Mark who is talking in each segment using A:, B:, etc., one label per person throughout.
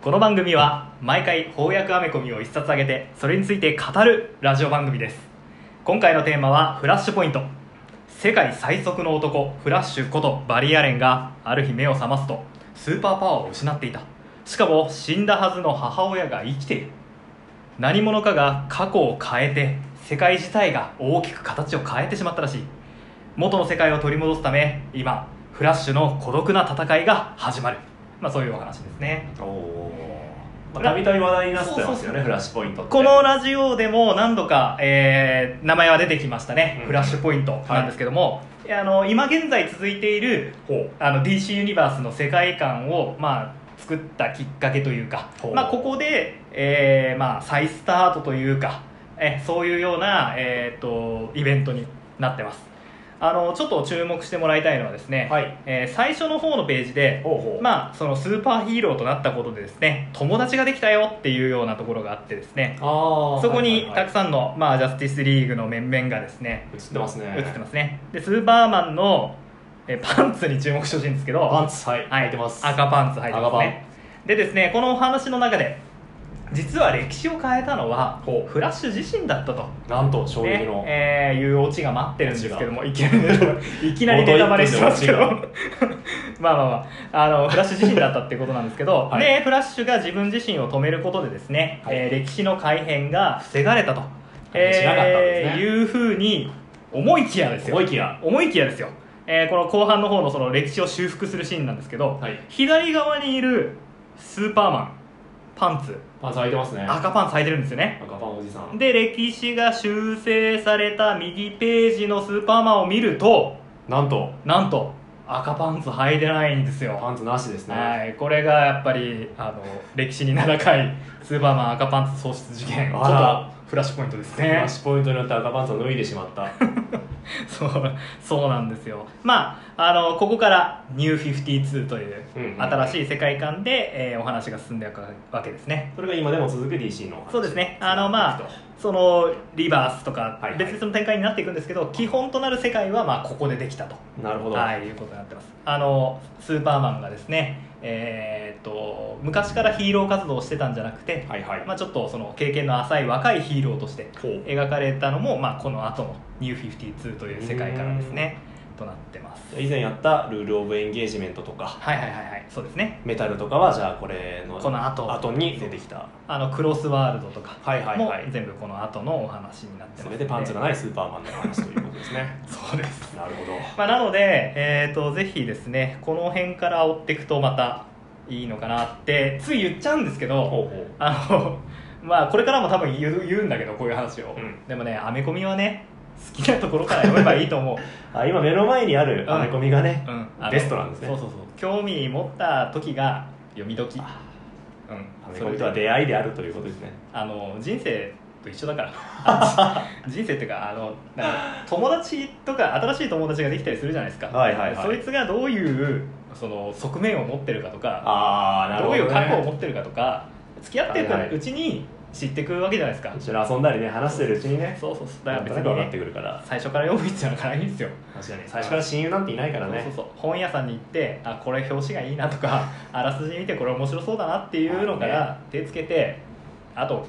A: この番組は毎回翻訳アメコミを一冊あげてそれについて語るラジオ番組です今回のテーマはフラッシュポイント世界最速の男フラッシュことバリアレンがある日目を覚ますとスーパーパワーを失っていたしかも死んだはずの母親が生きている何者かが過去を変えて世界自体が大きく形を変えてしまったらしい元の世界を取り戻すため今フラッシュの孤独な戦いが始まるまあそういうお話ですね
B: おおーまあたびたび話題になって
A: そう
B: ま
A: そう
B: す
A: そ
B: よ
A: う
B: ねフラッシュポイントって
A: このラジオでも何度か、えー名前は出てきましたね、
B: うん
A: フラッシュポイントなんですけども、いやあの今現在続いている
B: ほ
A: あの DC ユニバースの世界観を、まあ、作ったきっかけというか
B: ほ、う
A: まあ、ここで、えーまあ、再スタートというかえそういうような、えー、とイベントになってますあのちょっと注目してもらいたいのはですね、
B: はい
A: えー最初の方のページで
B: うほうほう
A: まあ、そのスーパーヒーローとなったことでですね友達ができたよっていうようなところがあってですね
B: あ
A: そこにたく
B: ん
A: さんの、まあ、ジャスティスリーグの面々がですね
B: 映ってますね
A: 映ってますねでスーパーマンのえパンツに注目してほしいんですけど
B: パンツはい
A: はい
B: 入ってます
A: 赤パンツ履いてますねでですねこのお話の中で実は歴史を変えたのは
B: ほ
A: フラッシュ自身だったと、
B: なんと衝撃
A: ね
B: の、
A: えーいうオチが待ってるんですけどもいきなりいきなりネタバレしますけどま
B: 元
A: あ
B: 一
A: まあまああのフラッシュ自身だったってことなんですけど、
B: はい
A: でフラッシュが自分自身を止めることでですね、
B: はい
A: えー歴史の改変が防がれたと、
B: しなかったんですね
A: えーいうふうに思いきやですよ
B: 思いきや
A: 思いきやですよ、えーこの後半の方のその歴史を修復するシーンなんですけど、
B: はい
A: 左側にいるスーパーマンパンツ
B: パンツ開いてますね赤
A: 赤パンツ履いてるんですよね
B: パンおじさん
A: で歴史が修正された右ページのスーパーマンを見ると
B: なんと
A: なんと赤パンツ履いてないんですよ
B: パンツなしですね、
A: はい、これがやっぱりあの歴史に名高いスーパーマン赤パンツ喪失事件
B: あら
A: ことフラッシュポイントです
B: フラ
A: ね
B: ッシュポイントによって赤パンツを脱いでしまった
A: そうそうなんですよまああのここから「ニュー52」という
B: うんうん
A: 新しい世界観で、えーお話が進んでいくわけですね
B: それが今でも続く DC のお話
A: そうですねあのまあ
B: と
A: そのリバースとか
B: はいはい
A: 別々の展開になっていくんですけど、基本となる世界はまあここでできたと、
B: なるほど、
A: はい、いうことになってますあのスーパーマンがですねえーっと昔からヒーロー活動をしてたんじゃなくて、
B: はいはい
A: まあ、ちょっとその経験の浅い若いヒーローとして
B: ほう
A: 描かれたのも、まあ、この後の「ニュー52」という世界からですねとなってます
B: 以前やったルール・オブ・エンゲージメントとか
A: はいはいはいはいそうですね
B: メタルとかはじゃあこれの
A: この後
B: 後に出てきた
A: あのクロスワールドとか
B: はいはい
A: も
B: はい
A: 全部この後のお話になってます
B: そ
A: ん
B: れでパンツがないスーパーマンの話ということですね
A: そうです、
B: なるほど
A: まあ、なので、えー、とぜひですねこの辺から追っていくとまたいいのかなってつい言っちゃうんですけど
B: ほうほ
A: あの まあこれからも多分言う言うんだけどこういう話を、
B: うん
A: でもねアメコミはね好きなところから読めばいいと 思う
B: うあ今目の前にある
A: うん
B: アメコミがね、
A: うんあの
B: ベストなんですね
A: そうそうそう興味持った時が読み時うん
B: あアメ
A: そ
B: コ
A: れ
B: ミとは
A: で
B: 出会いであるということですね
A: あの人生と一緒だから あの人生っていうかあのなんか友達とか新しい友達ができたりするじゃないですか、
B: はいはいはい
A: そいつがどういうその側面を持ってるかとか
B: ああなる
A: ど
B: ほ
A: う
B: ど、
A: い
B: ね、
A: う過去を持ってるかとか付き合ってい
B: はいはい
A: くうちに知っていくわけじゃないですか、
B: 一緒に遊んだりね話してるうちにね
A: そうそうそうだ
B: な
A: から別
B: んと
A: に
B: なく分かって
A: ね
B: くるから
A: 最初から読む必要なんかないんですよ
B: 確かに最初から親友なんていないからね
A: そうそうそう本屋さんに行ってあこれ表紙がいいなと かあらすじ見てこれ面白そうだなっていうのから手つけてあと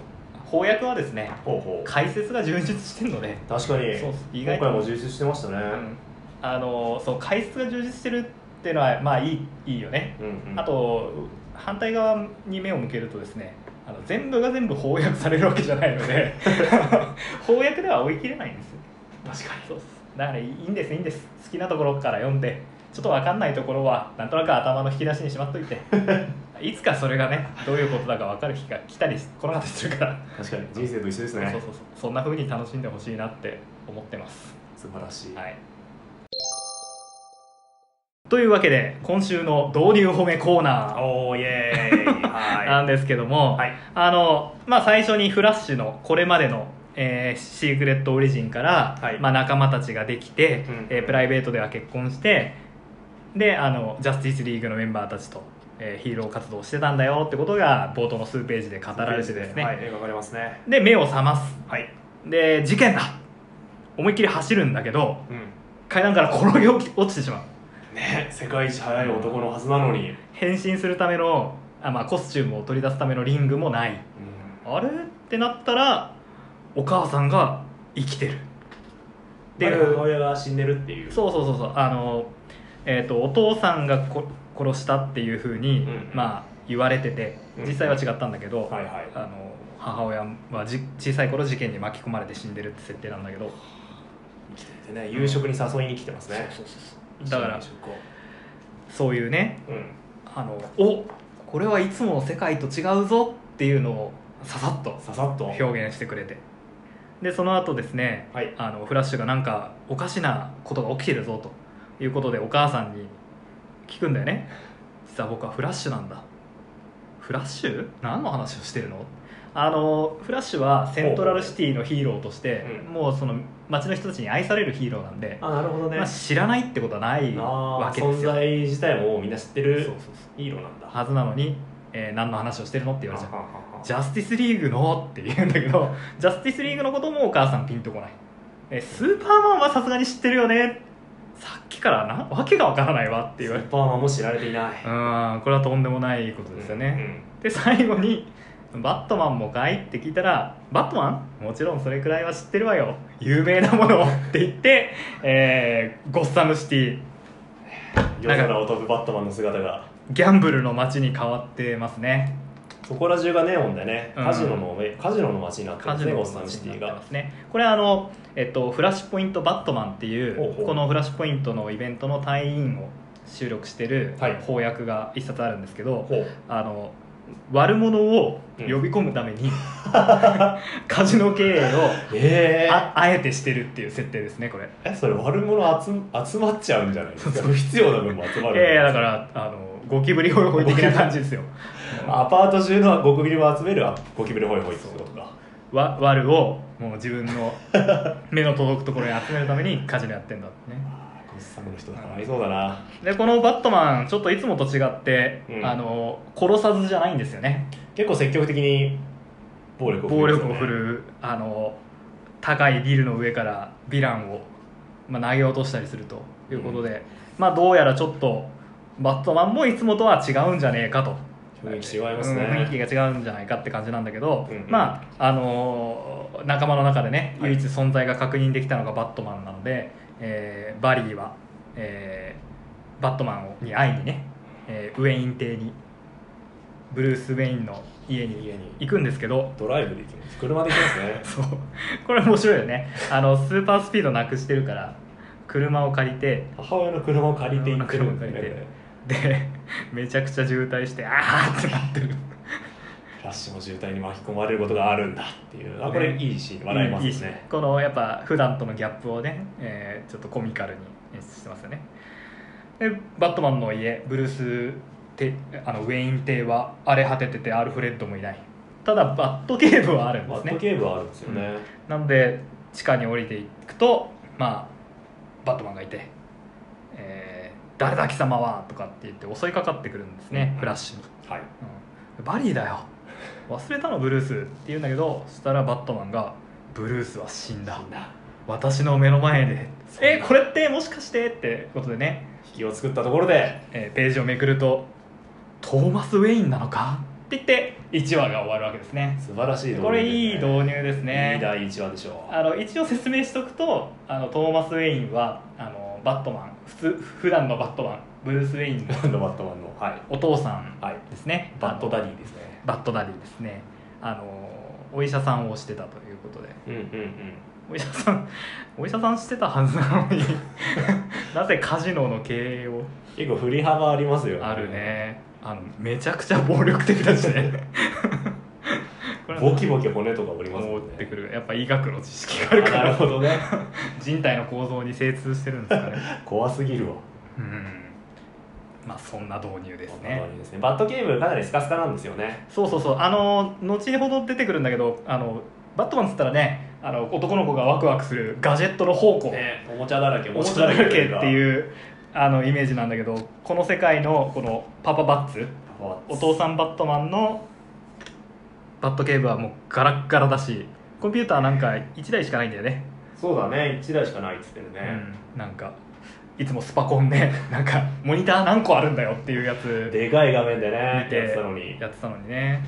A: 翻訳はですね
B: ほうほう
A: 解説が充実してるので、
B: 確かに
A: そうそう意
B: 今
A: 外と
B: 回も充実してましたね、
A: うんあのそう解説が充実してるっていうのはまあいいいいよね
B: うんうん
A: あと反対側に目を向けるとですねあの全部が全部翻訳されるわけじゃないの で翻訳では追い切れないんですよ
B: 確かに
A: そうっすだからいいんですいいんです好きなところから読んでちょっと分かんないところはなんとなく頭の引き出しにしまっとい ていつかそれがねどういうことだか分かる日が来たりし来なかったりするから、
B: 確かに人生と一緒です
A: そ
B: ね
A: うそうそうそんな風に楽しんでほしいなって思ってます
B: 素晴らしい、
A: はいというわけで今週の導入褒めコーナー
B: おーイエ ーイは
A: なんですけども、
B: はい
A: あのまあ、最初にフラッシュのこれまでの、えーシークレットオリジンから、
B: はい
A: まあ、仲間たちができて、
B: うん
A: えープライベートでは結婚してであのジャスティスリーグのメンバーたちと、えーヒーロー活動をしてたんだよってことが冒頭の数ページで語られてですね、
B: はい、描かれますね。
A: で目を覚ます
B: はい。
A: で事件だ思いっきり走るんだけど
B: うん。
A: 階段から転げ落ちてしまう
B: ね世界一速い男のはずなのに、
A: 変身するためのあ、まあ、コスチュームを取り出すためのリングもないあれってなったらお母さんが生きてるって
B: で
A: いう
B: 母親が死んでるっていう
A: そうそうそうそうあの、えー、とお父さんがこ殺したっていうふうに、
B: うん
A: まあ、言われてて
B: うん
A: 実際は違ったんだけど、
B: はいはい
A: あの母親はじ小さい頃事件に巻き込まれて死んでるって設定なんだけど
B: でね夕食に誘いに来てますね、
A: だから
B: 夕食を
A: そういうね
B: うん
A: あのおこれはいつもの世界と違うぞっていうのをささっと
B: ささっと
A: 表現してくれてでその後ですね
B: はい
A: あのフラッシュがなんかおかしなことが起きてるぞということでお母さんに聞くんだよね実は僕はフラッシュなんだフラッシュ何の話をしてるのあのフラッシュはセントラルシティのヒーローとして
B: うん
A: もうその街の人たちに愛されるヒーローなんで、
B: あなるほどね、
A: まあ、知らないってことはない
B: あ
A: わ
B: ー
A: けで
B: 存
A: すよ
B: 在自体もみんな知っ
A: そ
B: て
A: うそ
B: る
A: うそう
B: ヒーローなんだ
A: はずなのに、えー何の話をしてるのって言われちゃう
B: はははは
A: ジャスティスリーグのって言うんだけど、 ジャスティスリーグのこともお母さんピンとこない。え、スーパーマンはさすがに知ってるよね。さっきからな、わけがわからないわって言われ
B: ス
A: て。
B: ーパーマンも知られていないう
A: ーん、これはとんでもないことですよね。で、最後に、バットマンもかいって聞いたら、バットマンもちろんそれくらいは知ってるわよ。有名なものをって言って、えー、ゴッサムシティ、
B: うん夜空を飛ぶバットマンの姿が
A: ギャンブルの街に変わってますね。
B: そこら中がネオンでね
A: うん
B: カジノの、カジノの街になってる
A: カ
B: んで
A: ジ
B: すね
A: ノの
B: ゴッサムシ
A: 街
B: テ
A: に
B: ィ
A: なって
B: が
A: ますねこれはあの、えっと、フラッシュポイントバットマンっていう
B: ほうほう
A: このフラッシュポイントのイベントの隊員を収録してる
B: はい
A: 翻訳が一冊あるんですけど、
B: ほう
A: あの悪者を呼び込むため に、カジノ経営を
B: えー、
A: ああえてしてるっていう設定ですねこれ
B: えそれ悪者集集まっちゃうん じゃないですか不必要な分も集まる
A: いやいやだからあのゴキブリホイホイ的な感じですよ
B: アパート中のゴキブリを集めるゴキブリホイホイってことか
A: わ悪をもう自分の目の届くところに集めるためにカジノやってんだってね
B: あーゴッサムの人だからありそうだな
A: でこのバットマンちょっといつもと違って、
B: うん
A: あの殺さずじゃないんですよね
B: 結構積極的に暴力を
A: 暴
B: 振る
A: 力を振るうあの高いビルの上からヴィランを、まあ、投げ落としたりするということで、まあどうやらちょっとバットマンもいつもとは違うんじゃねえかと
B: 雰囲気違いますね、
A: うん雰囲気が違うんじゃないかって感じなんだけど、
B: うんうん
A: まああのー仲間の中でね
B: はい
A: 唯一存在が確認できたのがバットマンなので、えーバリーは、えーバットマンに会いにね、えーウェイン邸にブルース・ウェインの家に
B: 家に
A: 行くんですけど
B: ドライブで行きます車で行きますね
A: そうこれ面白いよねあのスーパースピードなくしてるから車を借りて
B: 母親の車を借りて行ってるんだよ
A: 車を借りて
B: ね
A: でめちゃくちゃ渋滞してああってなってる
B: ラッシュも渋滞に巻き込まれることがあるんだっていうあこれ
A: ね
B: いいシーン笑いますね
A: いいしこのやっぱ普段とのギャップをね、えーちょっとコミカルに演出してますよねでバットマンの家ブルースてあのウェイン邸は荒れ果てててアルフレッドもいないただバットケーブはあるんで
B: バ
A: す
B: ット
A: ね
B: ケーブはあるんですよね、
A: なので地下に降りていくとまあバットマンがいて「えー誰だ貴様は」とかって言って襲いかかってくるんですねフラッシュに、
B: はい
A: うんバリーだよ忘れたのブルースって言うんだけどそしたらバットマンが「ブルースは死んだ
B: みんな
A: 私の目の前で」「
B: そう
A: えこれってもしかして?」ってことでね、
B: 引きを作ったところで
A: えーページをめくると「トーマス・ウェインなのか?」って言って1話が終わるわけですね
B: 素晴らしい導入ですね、
A: これいい導入ですね
B: いい第1話でしょう
A: あの一応説明しておくとあのトーマス・ウェインはあのバットマン普通普段のバットマンブルース・ウェインの
B: ランドバットマンのはい、
A: お父さん
B: はい、
A: ですね
B: バットダ
A: ディ
B: ディですね
A: バットダディですねあのお医者さんをしてたということで
B: うんうんうん
A: お医者さんお医者さんしてたはずなのに なぜカジノの経営を
B: 結構振り幅ありますよ、
A: あるねあのめちゃくちゃ暴力的だしね これは
B: ボキボキ骨とか折りますも
A: 思
B: ん
A: っ
B: ね
A: てくるやっぱ医学の知識があるか
B: あなる
A: ら
B: ほ どね
A: 人体の構造に精通してるんですかね
B: 怖すぎるわ
A: うんまあそんな導入です
B: 本
A: ね
B: 当にですねバットゲームかなりスカスカなんですよね
A: そうそうそうあの後ほど出てくるんだけどあのバットマンっつったらねあの男の子がワクワクするガジェットの宝庫、
B: ねおもちゃだらけ
A: おもちゃだらけって
B: う
A: いうあのイメージなんだけどこの世界のこのパパバッツお父さんバットマンのバットケーブはもうガラッガラだしコンピューターなんか1台しかないんだよね
B: そうだね1台しかないっつってるね、
A: うんなんかいつもスパコンで なんかモニター何個あるんだよっていうやつ
B: でかい画面でね
A: 見て
B: やってたのに
A: やってたのにね、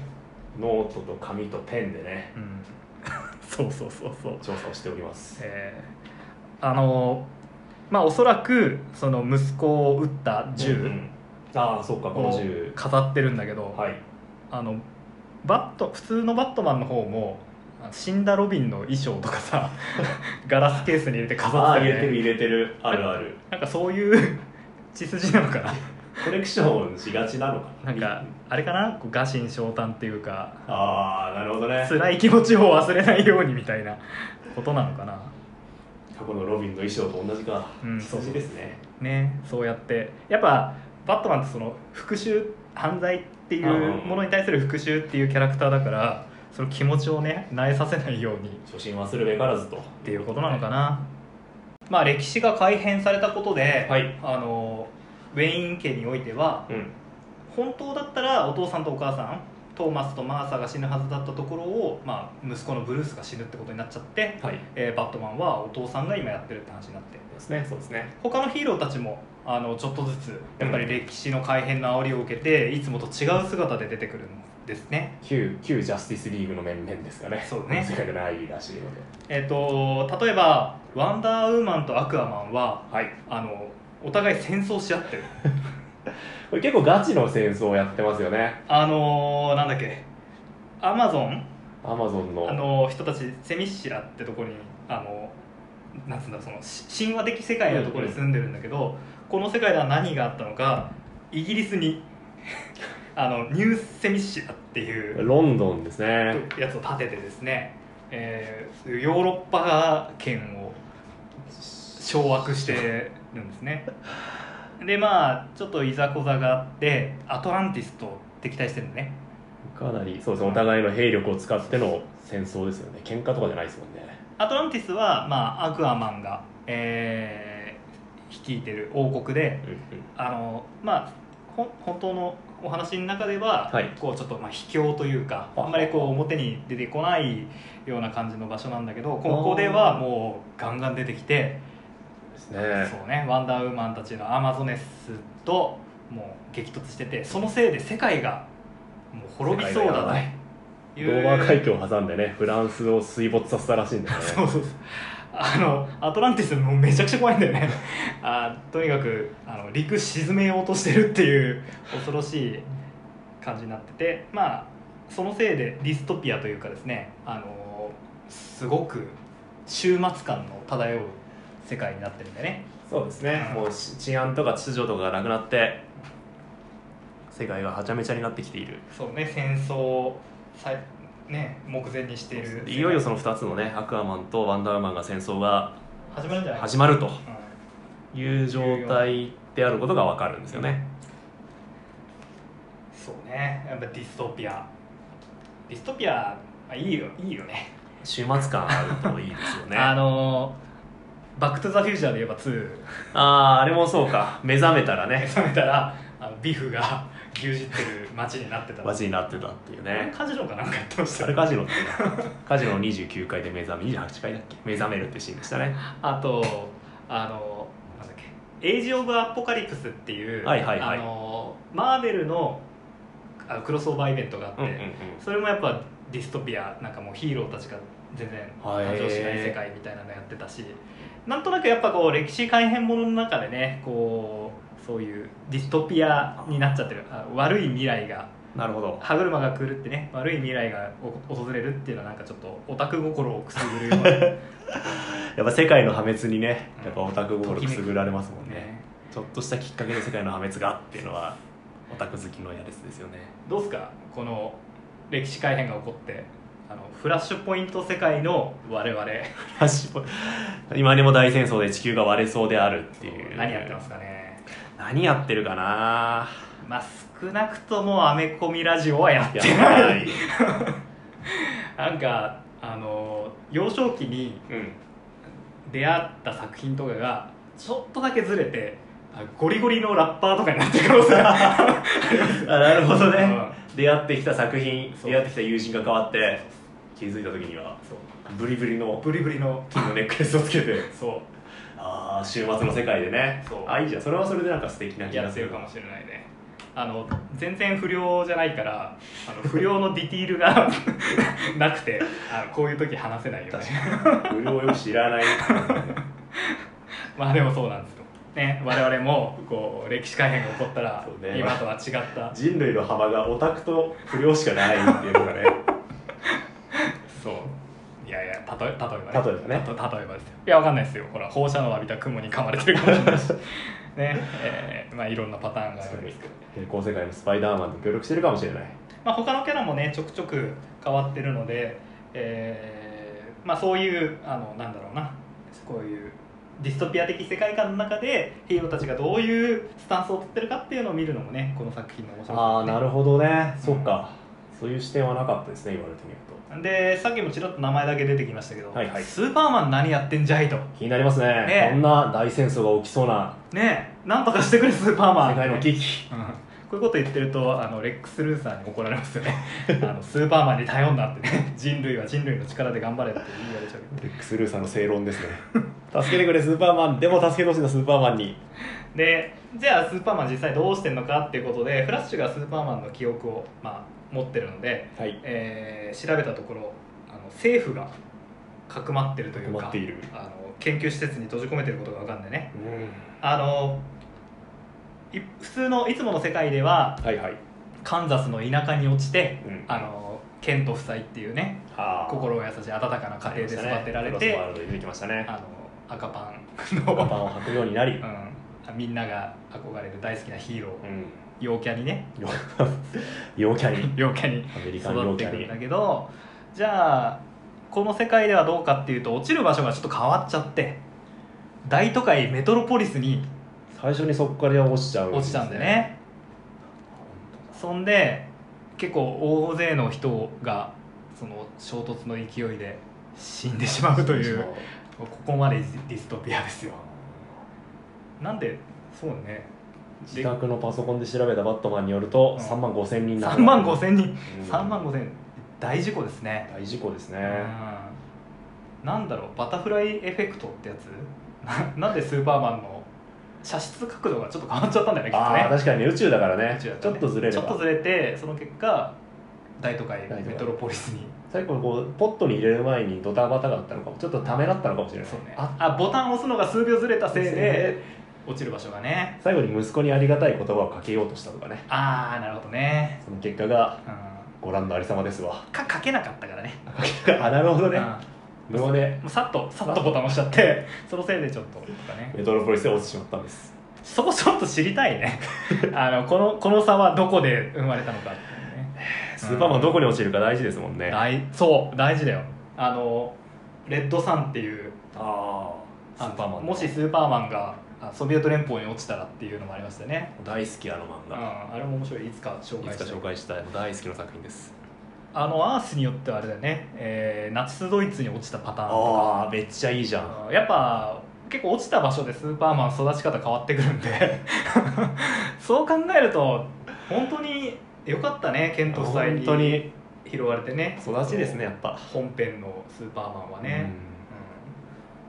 B: ノートと紙とペンでね
A: うん、 そうそうそうそう
B: 調査をしております
A: えーあのまあおそらくその息子を撃った
B: う
A: 銃
B: んああそうかこの
A: を
B: 銃
A: 飾ってるんだけど、
B: はい
A: あのバット普通のバットマンの方もあの死んだロビンの衣装とかさ ガラスケースに入れて
B: あ
A: 飾っ
B: あ
A: て
B: 入れ
A: た
B: て
A: よ
B: る
A: ね
B: 入れてるあるある
A: なんかそういう 血筋なのかな
B: コレクションしがちなのかな
A: なんかあれかなこう臥薪嘗胆っていうか
B: ああなるほどね
A: 辛い気持ちを忘れないようにみたいな ことなのかな
B: 過去のロビンの衣装と同じか
A: うん
B: 数字ですね
A: ねそうやってやっぱバットマンってその復讐犯罪っていうものに対する復讐っていうキャラクターだからその気持ちをね萎えさせないようにっ
B: 初心忘るべからずと
A: ていうことなのかなまあ歴史が改変されたことで、
B: はい
A: あのウェイン家においては
B: うん
A: 本当だったらお父さんとお母さんトーマスとマーサが死ぬはずだったところを、まあ、息子のブルースが死ぬってことになっちゃって、
B: はい
A: えーバットマンはお父さんが今やってるって話になって
B: ですねそうですね
A: 他のヒーローたちもあのちょっとずつやっぱり歴史の改変の煽りを受けて、いつもと違う姿で出てくるんですね
B: 旧旧ジャスティスリーグの面々ですかね
A: そうね
B: 世界でないらしいので
A: えっ、と例えば「ワンダーウーマン」と「アクアマンは
B: はい」
A: あのお互い戦争し合ってる
B: これ結構ガチの戦争をやってますよね
A: あのーなんだっけアマゾン
B: アマゾンの
A: あの人たちセミシラってとこにあのなんつうんだそのし神話的世界のところに住んでるんだけど、この世界では何があったのかイギリスに あのニューセミシラっていう
B: ロンドンですね
A: やつを建ててですね、えーそういうヨーロッパ圏を掌握してるんですねでまあちょっといざこざがあってアトランティスと敵対してるんだね
B: かなりそうですねお互いの兵力を使っての戦争ですよね喧嘩とかじゃないですもんね
A: アトランティスは、まあ、アクアマンが、えー率いてる王国であの、まあ、ほん本当のお話の中では、
B: はい
A: こうちょっとまあ卑怯というか
B: あ
A: あんまりこう表に出てこないような感じの場所なんだけどこ
B: あー
A: こではもうガンガン出てきて、
B: ですね
A: そうね、ワンダーウーマンたちのアマゾネスともう激突しててそのせいで世界がもう滅びそうだとい
B: ド
A: う
B: ーバー海峡を挟んでねフランスを水没させたらしいんだよね
A: そうそうそうあのアトランティスもうめちゃくちゃ怖いんだよね あとにかくあの陸沈めようとしてるっていう恐ろしい感じになっててまあそのせいでディストピアというかですねあのすごく終末感の漂う世界になってるんでね
B: そうですねもうし治安とか秩序とかがなくなって世界がはちゃめちゃになってきている
A: そうね戦争をさね目前にしている
B: いよいよその2つのねアクアマンとワンダーウーマンが戦争が
A: 始まるんじゃない
B: 始まると
A: うん
B: いう状態であることがわかるんですよね
A: そうねやっぱディストピアディストピアあいいよいいよね
B: 終末感あるといいですよね
A: あ
B: あ
A: のーバック・トゥ・ザ・フューチャーで 言えば2
B: あーあれもそうか目覚めたらね
A: 目覚めたらあのビフが牛耳ってる街になってた
B: マジになってたっていうね
A: カジノかなんかやってました
B: あれ
A: よ
B: カジノってねカジノの29回で目覚め28回だっけ目覚めるってシーンでしたね
A: あとあのーなんだっけエイジ・オブ・アポカリプスっていう、
B: はいはいはい
A: あのーマーベルのあクロスオーバーイベントがあって、
B: うんうんうん
A: それもやっぱディストピアなんかもうヒーローたちが全然
B: はい
A: 誕生しない世界みたいなのやってたし、なんとなくやっぱこう歴史改変ものの中でねこうそういうディストピアになっちゃってるあ悪い未来が
B: なるほど
A: 歯車が狂ってね悪い未来がお訪れるっていうのはなんかちょっとオタク心をくすぐるような、
B: やっぱ世界の破滅にね
A: うん
B: やっぱオタク心くすぐられますもんね
A: ね、
B: ちょっとしたきっかけで世界の破滅がっていうのはオタク好きのやつですよね
A: どうすかこの歴史改変が起こってあのフラッシュポイント世界の我々
B: フラッシュポイント今にも大戦争で地球が割れそうであるっていう
A: 何やってますかね
B: 何やってるか な
A: まあ少なくともアメコミラジオはやって
B: や
A: ない
B: ばい、
A: なんかあの幼少期に
B: うん、
A: 出会った作品とかがちょっとだけずれてあゴリゴリのラッパーとかになってくる 可能性が
B: あなるほどね、
A: う
B: 出会ってきた作品
A: そう
B: 出会ってきた友人が変わって気づいた時には
A: そう
B: ブリブリの
A: ブリブリの
B: 金のネックレスをつけて
A: そう
B: あああ週末の世界でね
A: そう
B: あいいじゃんそれはそれでなんか素敵な気
A: や
B: が
A: っ
B: す
A: て
B: る
A: るかもしれないねあの全然不良じゃないからあの不良のディティールが なくてあのこういう時話せないよね
B: 無料よく知らない
A: まあでもそうなんですよね我々もこう歴史改変が起こったら
B: そうね
A: 今とは違った
B: 人類の幅がオタクと不良しかないっていうのがね
A: そういやいや例え例えばね
B: 例えばね
A: たと例えばですよいやわかんないですよほら放射能を浴びた雲に噛まれてるかもしれない しねえーまあいろんなパターンがあるんですけど
B: 平行世界のスパイダーマンと協力してるかもしれない
A: まあ、他のキャラもねちょくちょく変わってるので、えーまあ、そういうあのなんだろうなこういうディストピア的世界観の中でヒーローたちがどういうスタンスを取ってるかっていうのを見るのもねこの作品の面白
B: あ
A: さ
B: あ
A: ですね
B: なるほどね、そっかそういう視点はなかったですね言われてみると
A: でさっきもちらっと名前だけ出てきましたけど、
B: はいはい
A: スーパーマン何やってんじゃいと
B: 気になりますね
A: ね
B: こんな大戦争が起きそうな
A: ねえなんとかしてくれス ーパーマン
B: 世界の
A: ね
B: 危機
A: うんこういうこと言ってるとあのレックス・ルーサーに怒られますよね あのスーパーマンに頼んだってね 人類は人類の力で頑張れって言われちゃうけど
B: レックス・ルーさんの正論ですね 助けてくれスーパーマンでも助けてほしいなスーパーマンに
A: でじゃあスーパーマン実際どうしてんのかっていうことでフラッシュがスーパーマンの記憶を、まあ、持ってるので、
B: はい
A: えー調べたところあの政府がかくまってるという
B: 困
A: か
B: っている
A: あの研究施設に閉じ込めてることが分かんでね
B: うん
A: あのい普通のいつもの世界では
B: はいはい、
A: カンザスの田舎に落ちて
B: うん
A: あのケント夫妻っていうね
B: あー
A: 心が優しい温かな家庭で育てられ
B: クロス
A: て
B: ワールドに出てきましたね
A: あの赤パンの
B: 赤パンを履くようになり、
A: うん、みんなが憧れる大好きなヒーロー
B: うん、
A: 陽キャにね
B: よ 陽キャに
A: 陽キャに
B: アメリカン
A: 育
B: 陽
A: って
B: キ
A: いく
B: ャに
A: んだけどじゃあこの世界ではどうかっていうと落ちる場所がちょっと変わっちゃって大都会メトロポリスに
B: 最初にそこから落ちちゃうん
A: 落ちたんでねそんで結構大勢の人がその衝突の勢いで死んでしまうというここまでディストピアですよなんでそうね
B: 自宅のパソコンで調べたバットマンによると、
A: うん
B: 3万5千人
A: 3万5千人
B: うん
A: 3万5千大事故ですね
B: 大事故ですね、
A: うんなんだろうバタフライエフェクトってやつななんでスーパーマンの射出角度がちょっと変わっちゃったんだよねきっと
B: あ
A: ね
B: あ確かにね宇宙だからね
A: 宇宙だた
B: ち
A: ら
B: ょっ
A: ね
B: とずれれ
A: ちょっと
B: ば
A: ずれてその結果大都会
B: 大都会
A: メトロポリスに
B: 最後こうポットに入れる前にドタバタがあったのかもちょっとためらったのかもしれない
A: そう、ね、
B: あっ
A: あボタンを押すのが数秒ずれたせい
B: せい
A: で
B: で
A: 落ちる場所がね
B: 最後に息子にありがたい言葉をかけようとしたとかね
A: ああなるほどね、
B: その結果が
A: うん、
B: ご覧のありさまですわ
A: かかけなかったからね
B: あなるほどね
A: うん
B: 沼で
A: もうさっとさっとボタン押しちゃってそのせいでちょっととかね
B: メトロポリスで落ちてしまったんです
A: そこちょっと知りたい ねあのこのこの差はどこで生まれたのかっていうね
B: スーパーマンどこに落ちるか大事ですもんねあ
A: 大そう大事だよあのレッドサンっていう
B: あスーパーマン
A: あ
B: の
A: もしスーパーマンがあソビエト連邦に落ちたらっていうのもありましたよね、
B: 大好きあの漫
A: うん、
B: 画
A: あれも面白いいつか紹
B: い
A: 介
B: つ
A: し
B: か
A: たい
B: 紹介したい大好きな作品です
A: あのアースによってはあれだよね、えーナチスドイツに落ちたパターンと
B: ああめっちゃいいじゃん
A: かうんやっぱ結構落ちた場所でスーパーマン育ち方変わってくるんで そう考えると本当に良かったねケント夫妻
B: 本
A: に
B: 当に
A: 拾われてね
B: 育ちですねやっぱ
A: 本編のスーパーマンはね、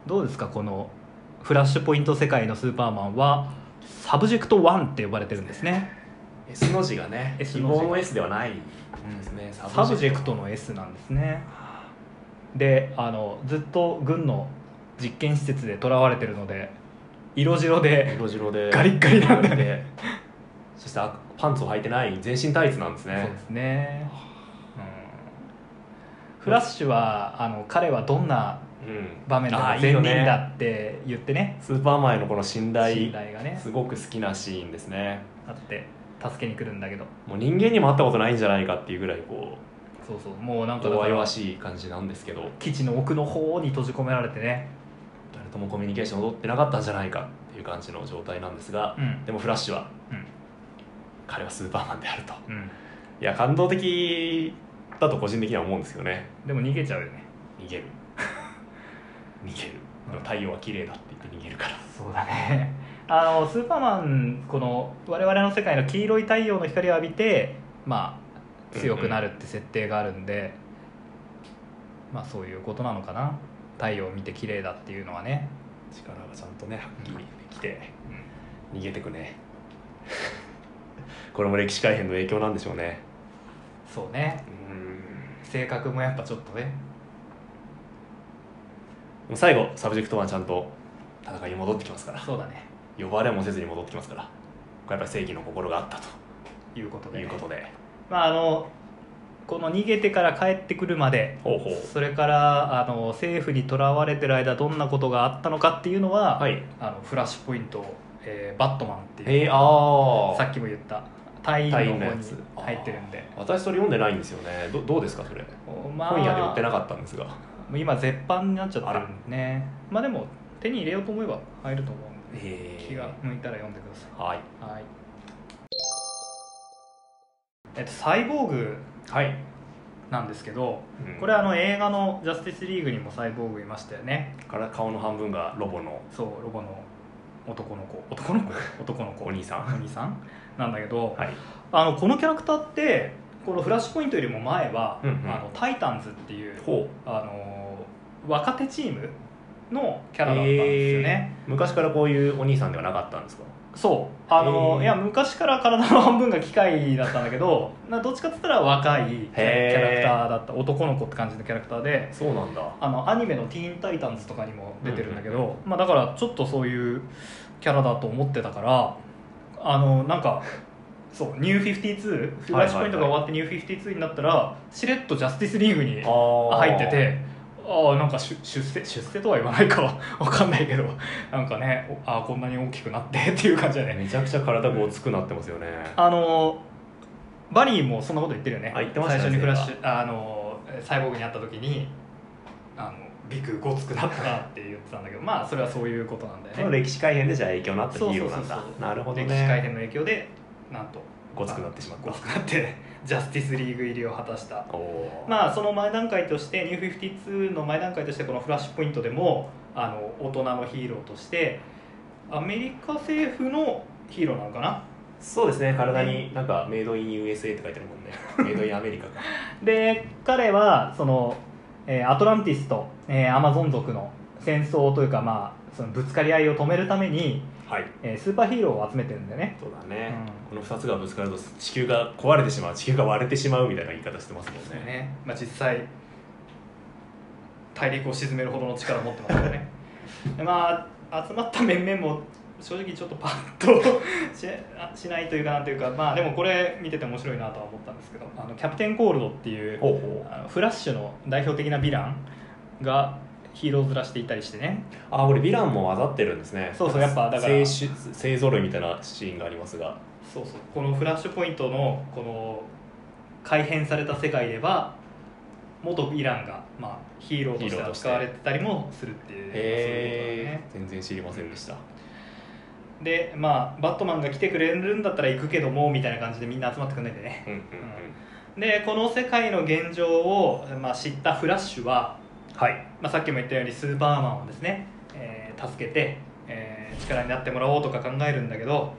A: どうですかこのフラッシュポイント世界のスーパーマンはサブジェクト1って呼ばれてるんですね
B: S の字がね
A: S
B: 希
A: の字が
B: 望の S ではないですね
A: サブジェクトの S なんですねであのずっと軍の実験施設で囚われてるので色白で
B: 色白で
A: ガリッガリなんだよ
B: でそしてあパンツを履いてない全身タイツなんです
A: そう
B: ね
A: ですね、うんフラッシュはあの彼はどんな
B: うん
A: 場面でも
B: あーいい
A: 善
B: よ
A: 人
B: ね
A: だって言ってね
B: スーパーマンへのこの信
A: 信
B: 頼
A: 頼がね
B: すごく好きなシーンですね
A: あって助けに来るんだけど
B: もう人間にも会ったことないんじゃないかっていうぐらいこ
A: そうそうもうなん
B: う
A: かだ
B: 弱
A: から
B: 々しい感じなんですけど
A: 基地の奥の方に閉じ込められてね、
B: 誰ともコミュニケーションを取ってなかったんじゃないかっていう感じの状態なんですが
A: うん
B: でもフラッシュは
A: うん
B: 彼はスーパーマンであると
A: うん、
B: いや感動的だと個人的には思うんですけどね
A: でも逃げちゃうよね
B: 逃げる 逃げる
A: うん
B: でも太陽は綺麗だって言って逃げるから
A: そうだね あのスーパーマンこの我々の世界の黄色い太陽の光を浴びてまあ強くなるって設定があるんで、まあそういうことなのかな太陽を見て綺麗だっていうのはね
B: 力がちゃんとねはっきりできて逃げてくね これも歴史改変の影響なんでしょうね
A: そうね
B: うん
A: 性格もやっぱちょっとね
B: もう最後サブジェクト1ちゃんと戦いに戻ってきますから
A: そうだね
B: 呼ばれもせずに戻ってきますからこれやっぱり正義の心があった
A: いうこと
B: と
A: で
B: いうことで
A: まああのこの逃げてから帰ってくるまで
B: ほうほう
A: それからあの政府にとらわれてる間どんなことがあったのかっていうのは、
B: はい
A: あのフラッシュポイント、えーバットマンっていう、
B: えー、ああ
A: さっきも言った隊員
B: 隊員
A: の
B: の
A: 方
B: や
A: に
B: つ
A: 入ってるんで
B: あー私それ読んでないんですよねどどうですかそれ、
A: おまあ
B: 本屋で売ってなかったんですが
A: もう今絶版になっちゃってるんでねまあでも手に入れようと思えば入ると思うんで
B: え
A: 気が向いたら読んでくださ
B: はい
A: いはいえっとサイボーグ
B: はい、
A: なんですけど
B: うん
A: これあの映画の「ジャスティスリーグ」にもサイボーグいましたよね
B: から顔の半分がロボの
A: そうロボの男の子男の子男の子
B: お兄さん
A: お兄さんなんだけど、
B: はい
A: あのこのキャラクターってこのフラッシュポイントよりも前は、
B: うんうん
A: あのタイタンズっていう
B: ほ
A: あのー若手チームのキ
B: う
A: ャラだったんですよね、
B: えー昔からこういうお兄さんではなかったんですか
A: そうあのー
B: へー
A: いや昔から体の半分が機械だったんだけどなどっちかって言ったら若いキャキャラク
B: へー
A: ターだった男の子って感じのキャラクターで
B: そうなんだ
A: あのアニメの「ティーンタイタンズ」とかにも出てるんだけど、まあ、だからちょっとそういうキャラだと思ってたからあのなんかそうニュー52フラッシュポイントが終わってニュー52になったらしれっとジャスティスリーグに
B: あ
A: 入っててああなんか出出世出世とは言わないかわかんないけどなんかねおああこんなに大きくなってっていう感じだね
B: めちゃくちゃ体ごつくなってますよね、
A: あのバリーもそんなこと言ってるよね
B: あ言ってましたね
A: 最初にフラッシュあのサイボーグに会った時にあのビクごつくなったって言ってたんだけどまあそれはそういうことなんだ
B: こ
A: よ
B: の
A: ね
B: 歴史改変でじゃあ影響のあったヒーローなんだ
A: そうそうそうそう
B: なるほど
A: 歴史改
B: ね
A: 変の影響でなんと
B: ごつくなってしまっ
A: ご
B: た
A: つくなって ジャスティスリーグ入りを果たした
B: おおー、
A: まあその前段階としてニュー52の前段階としてこのフラッシュポイントでもあの大人のヒーローとしてアメリカ政府のヒーローなのかな
B: そうですね体になんかメイドイン USA って書いてあるもんね メイドインアメリカか
A: で彼はその、えーアトランティスと、えーアマゾン族の戦争というか、まあ、そのぶつかり合いを止めるために、
B: はい
A: えースーパーヒーローを集めてるんだよね
B: そうだね、
A: うん
B: この2つがぶつかると地球が壊れてしまう地球が割れてしまうみたいな言い方してますもんね
A: ね、まあ、実際大陸を沈めるほどの力を持ってますから ねでまあ集まった面々も正直ちょっとパッと しあしないというかなんというかまあでもこれ見てて面白いなとは思ったんですけどあのキャプテン・コールドっていう
B: ほうほう
A: あのフラッシュの代表的なヴィランがヒーロー面していたりしてね
B: ああこれヴィランも混ざってるんですね
A: そうそうやっぱだから
B: 勢種勢ぞろいみたいなシーンがありますが
A: そうそうこのフラッシュポイントのこの改変された世界では元ヴィランが、まあ、ヒーローとし
B: ヒー
A: て
B: ローとして
A: 扱われてたりもするっていうそういう
B: へ
A: こ
B: え全然知りませんでした
A: とだねでまあバットマンが来てくれるんだったら行くけどもみたいな感じでみんな集まってくんないんでね
B: うんうんうん
A: でこの世界の現状を、まあ、知ったフラッシュは、
B: はい
A: まあ、さっきも言ったようにスーパーマンをですね、えー助けて、えー力になってもらおうとか考えるんだけど、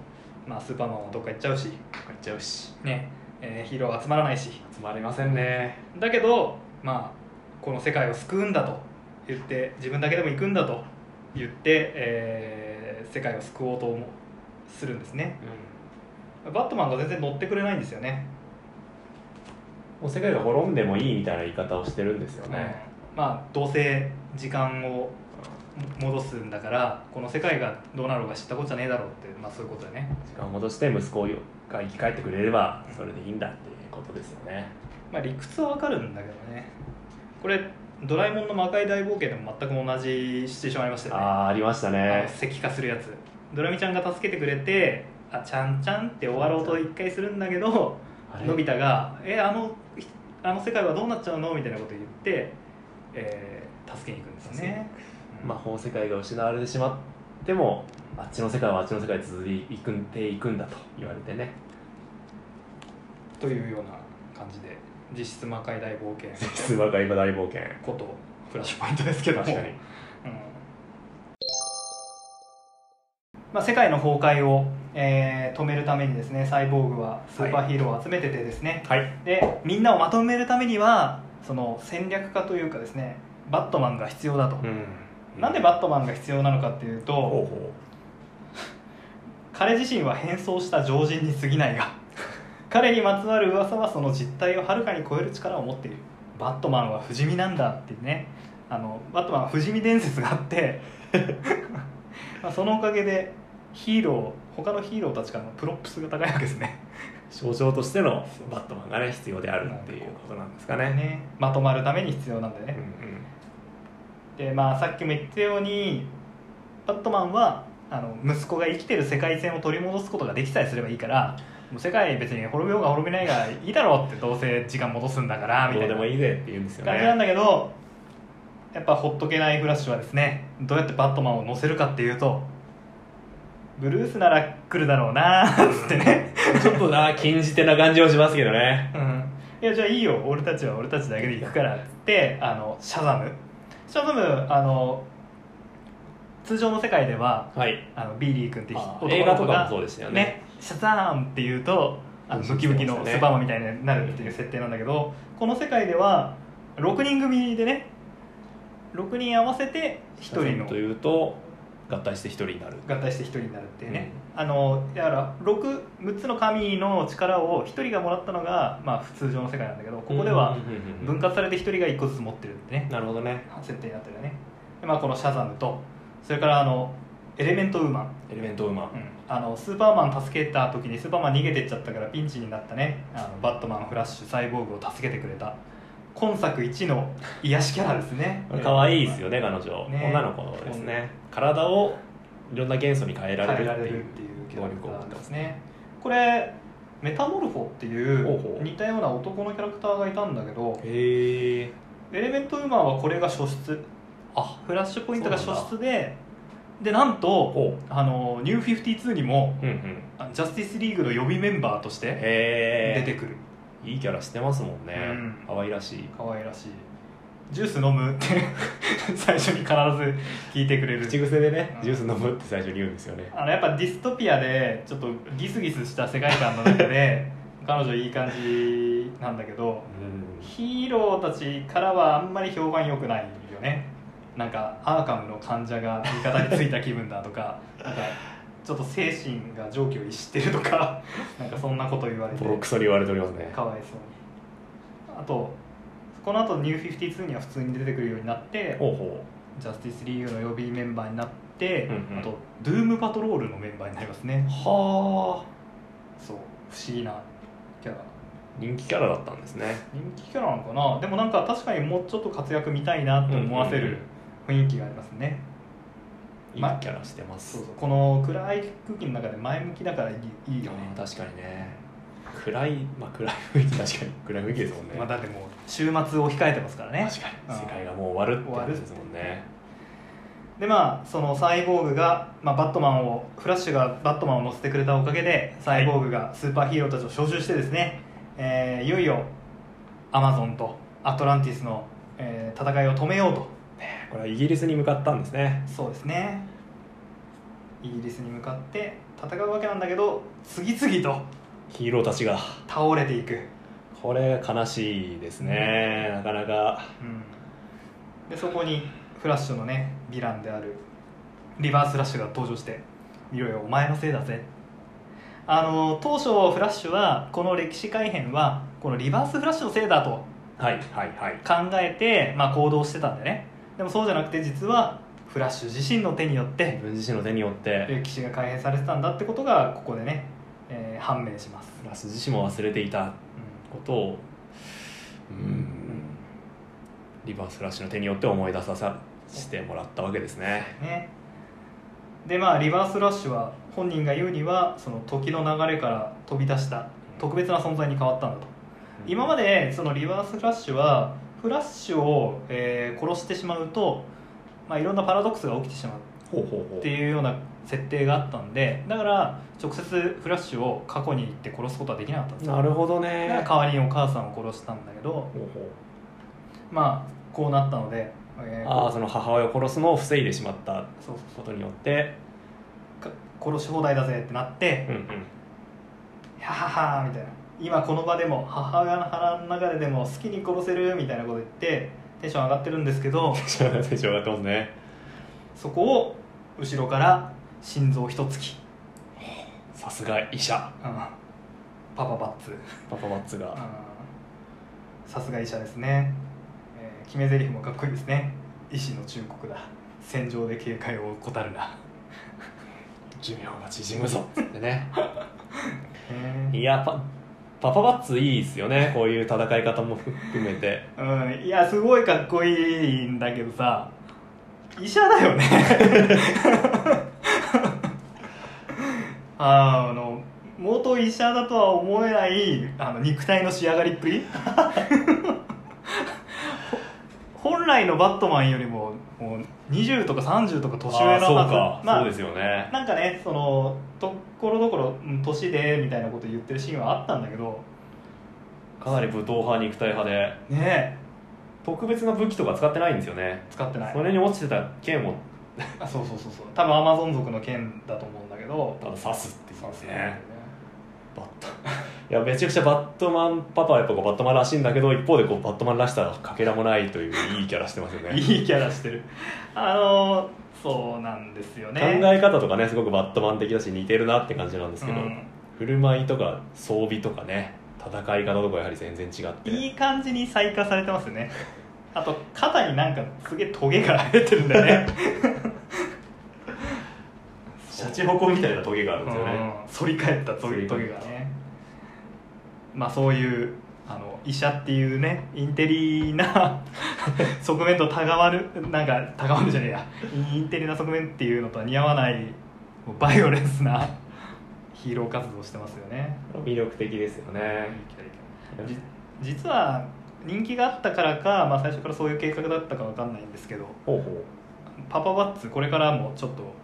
A: まあ、スーパーマンはどっか行っちゃうし、
B: 買っちゃうし
A: ねえーヒーローは集まらないし
B: 集まりませんね
A: だけど、まあ、この世界を救うんだと言って自分だけでも行くんだと言って、えー世界を救おうと思うするんですねバットマンが全然乗ってくれないんですよね
B: もう世界が滅んでもいいみたいな言い方をしてるんですよね、
A: うんまあどうせ時間をも戻すんだからこの世界がどうなろうが知ったことじゃねえだろうって、まあ、そういうことだね、
B: 時間を戻して息子が生き返ってくれればそれでいいんだっていうことですよね
A: まあ、理屈はわかるんだけどねこれ「ドラえもんの魔界大冒険」でも全く同じシチュエーションありましたよね
B: ああーありました
A: あの
B: ね
A: 石化するやつドラミちゃんが助けてくれてあちゃんちゃんって終わろうと一回するんだけど
B: あれ
A: のび太が「えあのひあの世界はどうなっちゃうの?」みたいなこと言って、えー助けに行くんですよね、うん
B: 魔法世界が失われてしまってもあっちの世界はあっちの世界で続いていくんでいくんだと言われてね
A: というような感じで実質魔界大冒険
B: 実は今大冒険
A: ことフラッシュポイントですけども
B: 確かに
A: うんまあ、世界の崩壊を、えー止めるためにですねサイボーグはスーパーヒーローを集めててですね、
B: はい
A: でみんなをまとめるためにはその戦略家というかですねバットマンが必要だと
B: うん
A: なんでバットマンが必要なのかっていう
B: ほう
A: と
B: ほ
A: 彼自身は変装した常人に過ぎないが 彼にまつわる噂はその実態をはるかに超える力を持っているバットマンは不死身なんだっていうねあのバットマンは不死身伝説があって まあそのおかげでヒーロー他のヒーローたちからのプロップスが高いわけですね
B: う象徴としてのバットマンがね必要であるっていうことなんですかね
A: ねまとまるために必要なんだよね、でまあさっきも言ったようにバットマンはあの息子が生きてる世界線を取り戻すことができさえすればいいからもう世界別に滅びようが滅びないがいいだろうってどうせ時間戻すんだから
B: うん、
A: みたい
B: どうで
A: な
B: もいいぜって言うんですよ
A: 感じなん
B: ね
A: だけどやっぱほっとけないフラッシュはですねどうやってバットマンを乗せるかっていうとブルースなら来るだろうなーっつってね、
B: ちょっとな禁じ手な感じをしますけどね
A: うん、いやじゃあいいよ俺たちは俺たちだけで行くからっつってあのシャザムシャザムあの通常の世界では
B: はい
A: あのビーリー君って
B: あ
A: 男の子が
B: 映画とかもそうでしたよね
A: シャザーンっていうとあのムキムキのスーパーマンみたいになるっていう設定なんだけど、この世界では6人組でね6人合わせて1人の
B: というと合体して一人になる
A: 合体して1人になるっていうね、あのだから6 6つの神の力を1人がもらったのが、まあ、通常の世界なんだけどここでは
B: うんうんうんうん
A: 分割されて1人が1個ずつ持ってるってね
B: なるほどね
A: 設定になってるよねで、まあ、このシャザムとそれからあのエレメントウーマン
B: エレメントウーマン、
A: あのスーパーマン助けた時にスーパーマン逃げてっちゃったからピンチになったねあのバットマンフラッシュサイボーグを助けてくれた今作一の癒しキャラですね
B: 可愛いですよね彼女、
A: ね
B: 女の子ですね体をいろんな元素に変えら
A: 変え
B: れる
A: られ
B: ってい
A: る
B: う
A: っていうキャ
B: 能
A: ラ
B: 力
A: ク
B: を
A: タ
B: 持っ
A: ー
B: て
A: で
B: ますす
A: ねこれメタモルフォってい
B: ほうほ
A: う
B: う
A: 似たような男のキャラクターがいたんだけど
B: へえ
A: エレメントウーマンはこれが初出
B: あ
A: フラッシュポイントが初
B: そうなんだ
A: 出ででなんと
B: おう
A: あのニュー52にも
B: うんうん
A: あジャスティスリーグの予備メンバーとして
B: へ
A: 出
B: え
A: てくる
B: いいキャラしてますもんね、
A: うん
B: 可愛らしい
A: 可愛らしいジュース飲むって 最初に必ず聞いてくれ
B: 口
A: る
B: 癖でね、
A: うん
B: ジュース飲むって最初に言うんですよね
A: あのやっぱディストピアでちょっとギスギスした世界観の中 で彼女いい感じなんだけど
B: うん
A: ヒーローたちからはあんまり評判良くないよねなんかアーカムの患者が味方についた気分だとかなんかちょっと精神が常軌を逸してるとか なんかそんなこと言われて
B: ボロクソに言われておりますね
A: かわいそうにあとこの後ニュー52には普通に出てくるようになって
B: ほうほ
A: ジャスティスリーグの予備メンバーになって、
B: うんうん
A: あとドゥームパトロールのメンバーになりますね
B: うはあ
A: そう不思議なキャラ
B: 人気キャラだったんですね
A: 人気キャラなのかなでもなんか確かにもうちょっと活躍見たいなと思わせる雰囲気がありますね、
B: いいキャラしてます、
A: そうそうこの暗い空気の中で前向きだからいいいいよね
B: あー確かにね暗いまあ暗い雰囲気確かに暗い雰囲気ですもんね、
A: まあ、だってもう週末を控えてますからね
B: 確か
A: うん
B: に世界がもう終わるって
A: 終わる
B: 話ですもんね
A: でまあそのサイボーグが、まあ、バットマンをフラッシュがバットマンを乗せてくれたおかげでサイボーグがスーパーヒーローたちを招集してですね、えーいよいよアマゾンとアトランティスの、えー戦いを止めようと
B: これはイギリスに向かったんですね
A: そうですねイギリスに向かって戦うわけなんだけど次々と
B: ヒーローたちが
A: 倒れていく、
B: これ悲しいですね、なかなか
A: うん、でそこにフラッシュのねヴィランであるリバース・フラッシュが登場して「いろよお前のせいだぜ」あの当初フラッシュはこの歴史改変はこのリバース・フラッシュのせいだと
B: はいはいはい
A: 考えて、まあ、行動してたんだよねでもそうじゃなくて実はフラッシュ自身の手によって
B: 自分自身の手によって
A: 歴史が改変されてたんだってことがここでね、えー判明します、
B: ラス自身も忘れていた
A: う
B: ことをうんリバースフラッシュの手によって思い出ささしてもらったわけですね
A: んね、でまあリバース・フラッシュは本人が言うにはその時の流れから飛び出した特別な存在に変わったんだと今ま
B: で
A: でそのリバース・フラッシュはフラッシュを、えー殺してしまうと、まあ、いろんなパラドックスが起きてしまう
B: ほうほうほ
A: っ
B: う
A: ていうような設定があったんでだから直接フラッシュを過去に行って殺すことはできなかったんですよ
B: なるほど
A: だ
B: ね
A: から代わりにお母さんを殺したんだけど
B: ほうほう
A: まあこうなったので、えー
B: ああその母親を殺すのを防いでしまった
A: そう
B: ことによって
A: か殺し放題だぜってなって
B: うん うん
A: はははみたいな今この場でも母親の腹の中ででも好きに殺せるみたいなこと言ってテンション上がってるんですけど
B: テンション上がってますね
A: そこを後ろから心臓一突き、
B: さすが医者
A: うん、パパパッツ、うん
B: パパマッツが
A: さすが医者ですね、えー決め台詞もかっこいいですね医師の忠告だ戦場で警戒を怠るな、
B: 寿命が縮むぞってね
A: えー
B: いやパパパバッツいいですよねこういう戦い方も含めて
A: うん、いやすごいかっこいいんだけどさ医者だよね あーあの元医者だとは思えないあの肉体の仕上がりっぷり ほ本来のバットマンよりももう20とか30とか年上
B: あーそ
A: の
B: う
A: はず
B: か、
A: まあ
B: そうですよね
A: なんかねそのところどころうん年でみたいなこと言ってるシーンはあったんだけど
B: かなり武闘派肉体派で
A: ね
B: 特別な武器とか使ってないんですよね
A: え使ってない
B: それに落ちてた剣を
A: あそうそうそうそう多分アマゾン族の剣だと思うんだけど
B: ただ刺すっていう
A: そう
B: ねバットいやめちゃくちゃバットマンパパはやっぱこうバットマンらしいんだけど一方でこうバットマンらしさがかけらもないといういいキャラしてますよね
A: いいキャラしてるあのそうなんですよね
B: 考え方とかねすごくバットマン的だし似てるなって感じなんですけど、
A: うん
B: 振る舞いとか装備とかね戦い方とかやはり全然違って
A: いい感じに細化されてますよねあと肩になんかすげえトゲが生えてるんだよね
B: シャチホコみたいなトゲがあるんですよね、
A: うん反り返ったトゲト
B: 反
A: ゲ
B: り返
A: が
B: った
A: ねまあそういうあの医者っていうねインテリな 側面とたがわるなんかたがわるじゃねえやインテリな側面っていうのとは似合わないもうバイオレンスな ヒーロー活動をしてますよね
B: 魅力的ですよね
A: じ実は人気があったからか、まあ、最初からそういう計画だったかわかんないんですけど
B: ほうほう
A: パパワッツこれからもちょっと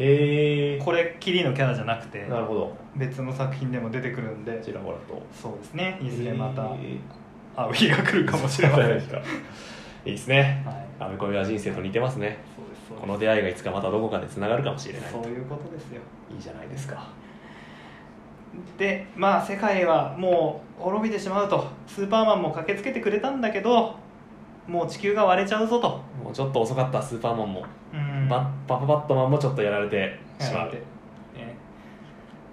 B: え
A: これっきりのキャラじゃなくて
B: ー、なるほど
A: 別の作品でも出てくるんで
B: ちらほらと
A: そうですねいずれまた
B: え
A: 会う日が来る
B: ー
A: かもしれません
B: い
A: はいい
B: ですかいいですね
A: そ
B: アメコミは人生と似てますね
A: うですそう
B: こ
A: で
B: の出会いがいつかまたどこかでつながるかもしれない
A: すそういうことですよ
B: いいじゃないですか
A: でまあ世界はもう滅びてしまうとスーパーマンも駆けつけてくれたんだけどもう地球が割れちゃうぞと、
B: もうちょっと遅かったスーパーマンも、
A: うん
B: バッパパバットマンもちょっとやられてしまう、
A: ね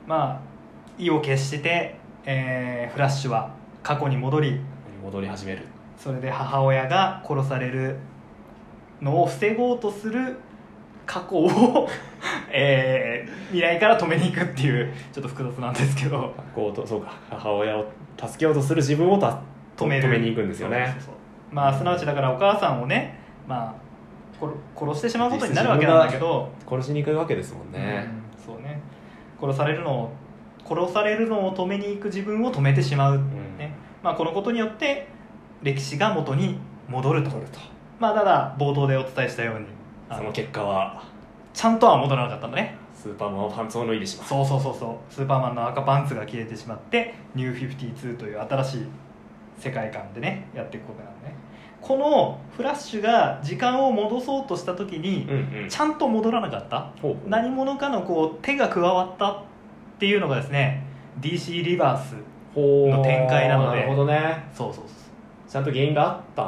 A: まあ意を決して、えーフラッシュは過去に戻り
B: 戻り始める
A: それで母親が殺されるのを防ごうとする過去を、 えー未来から止めに行くっていうちょっと複雑なんですけど
B: こうとそうか母親を助けようとする自分をた
A: 止める
B: に行くんですよ
A: そ
B: ね
A: うそうそうまあすなわちだからお母さんをね、まあ、殺殺してしまうことになるわけなんだけど
B: 殺しに行くわけですもんね、
A: うんそうね殺されるのを殺されるのを止めに行く自分を止めてしまう、
B: ん
A: ねまあ、このことによって歴史が元に戻るとまあただ冒頭でお伝えしたようにあ
B: そ
A: の
B: の結果は
A: ちゃんとは戻らなかったんだね
B: スーパーマンはパンツを脱いでしまう
A: そうそうそうそうスーパーマンの赤パンツが消えてしまってニュー52という新しい世界観でねやっていくことなんでねこのフラッシュが時間を戻そうとした時に、
B: んうん
A: ちゃんと戻らなかった
B: ほうほう
A: 何者かのこう手が加わったっていうのがですね DC リバース
B: ほう
A: の展開なので
B: るほどね
A: そうそうそう
B: ちゃんと原因があった